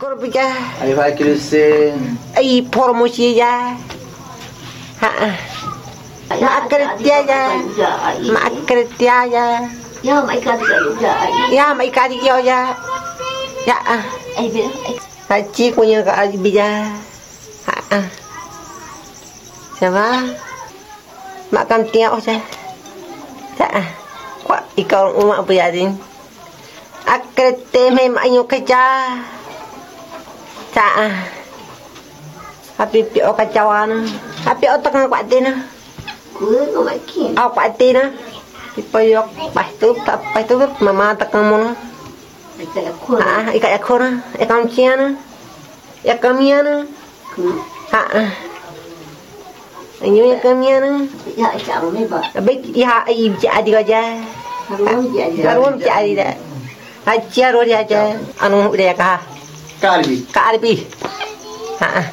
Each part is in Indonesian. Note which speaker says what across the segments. Speaker 1: Korbuja,
Speaker 2: alifaa kilise
Speaker 1: ai pormosija. Ha. ah, Maakretya ya. Maakretya ya.
Speaker 3: Ya, mereka juga juga.
Speaker 1: Ya maikadi yo ya. Ya.
Speaker 3: Eh, bilang, eh,
Speaker 1: Haji kunya ka bija. Ha. ah. Sama. Makan tia osa. Ya. Ko ikaw uma buyadin. Akrete me mayo kaca. Ta. Happy pi o kacawan. Happy otak ng patina.
Speaker 3: gue nggak makin.
Speaker 1: Aw patina. Ipayok pastu pastu mamatak ng muna.
Speaker 3: Mereka yang kurang.
Speaker 1: Ah, ika ekona, ekam chiana, ekamiana,
Speaker 3: Gue,
Speaker 1: ha. Anyo ekamiana,
Speaker 3: ya, ikan lebar.
Speaker 1: abik ya ayib ja adi gaja,
Speaker 3: Harum dia aja.
Speaker 1: karum ja adi da. Hajia ro ja ja, anu udah ka,
Speaker 2: kalbi
Speaker 1: ka albi. Ha.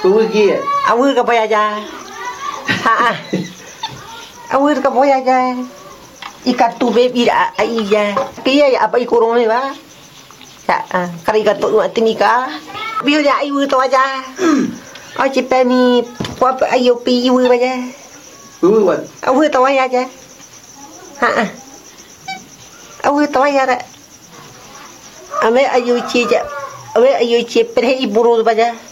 Speaker 2: tuugie
Speaker 1: Awir ka boya ja. Ha. Awir ka boya ja. Ika tu be ira aija. Kia ya apa ikurung ni ba? Ya, kari ka tu tinika. Biu ya iu to aja. Au ci pe Ah, ni kwa ayu pi iu ba ja.
Speaker 2: tuuwat
Speaker 1: Awir to ya ja. Ha. Awir to ya ra. Ame ayu ci ja. Ame ayu ci pre iburu ba ja.